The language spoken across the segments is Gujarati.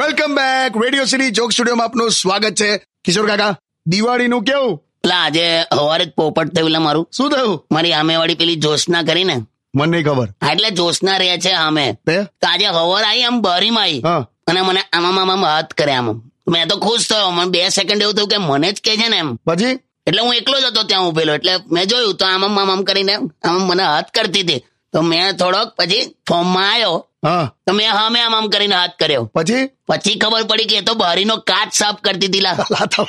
Welcome back radio city joke સ્ટુડિયોમાં આપનું સ્વાગત છે કિશોર કાકા દિવાળીનું કેવું પેલા આજે હવારે જ પોપટ થયું એટલે મારું શું થયું મારી આમેવાળી પેલી જોશના કરીને મને નહીં ખબર હા એટલે જોશના રહે છે આમે તે તો આજે હવાર આવી આમ બારીમાં આવી હા અને મને આમામ આમામ હાથ કરે આમ મેં તો ખુશ થયો મને બે સેકન્ડ એવું થયું કે મને જ કે છે ને એમ પછી એટલે હું એકલો જ હતો ત્યાં ઉભેલો એટલે મેં જોયું તો આમામ આમામ કરીને આમ મને હાથ કરતી હતી તો મેં થોડોક પછી ફોર્મમાં આવ્યો હા તો મેં હા મેં આમ આમ કરીને હાથ કર્યો પછી પછી ખબર પડી કે એ તો બારીનો કાચ સાફ કરતી હતી લા લાતા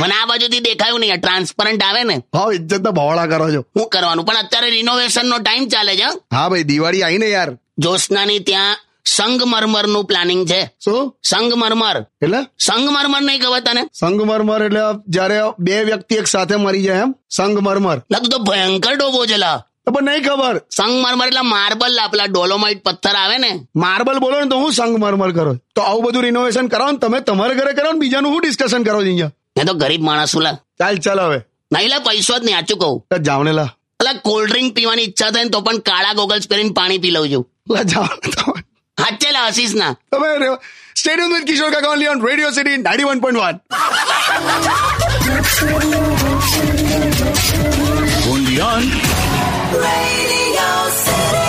મને આ બાજુથી દેખાયું નહીં ટ્રાન્સપરન્ટ આવે ને હા ઇજ્જત ના ભવાળા કરો છો શું કરવાનું પણ અત્યારે રિનોવેશન નો ટાઈમ ચાલે છે હં? હા ભાઈ દિવાળી આવી ને યાર જોશનાની ત્યાં સંગમરમર નું પ્લાનિંગ છે શું સંગમરમર એટલે સંગમરમર નહીં ખબર તને સંગમરમર એટલે આ જ્યારે બે વ્યક્તિ એક સાથે મરી જાય એમ સંગમરમર લા તું તો ભયંકર ડોબો છે લા તો પણ નહીં ખબર સંગમરમર એટલે માર્બલ લા પેલા ડોલોમાઇટ પથ્થર આવે ને માર્બલ બોલો ને તો હું સંગમરમર કરો તો આવું બધું રિનોવેશન કરાવો ને તમે તમારા ઘરે કરો ને બીજાનું શું ડિસ્કશન કરો છો અહીંયા મેં તો ગરીબ માણસ છું લા ચાલ ચાલ હવે નહીં લા પૈસો જ નહીં આચું કહું લા, જાવણેલા અલા કોલ્ડ ડ્રિંક પીવાની ઈચ્છા થાય ને તો પણ કાળા ગોગલ્સ પહેરીને પાણી પી લઉં છું લા જાવણે તમે હાચે લા હસીસ ના તમે stadium with Kishore Kaka only on radio city ninety one point one Radio City.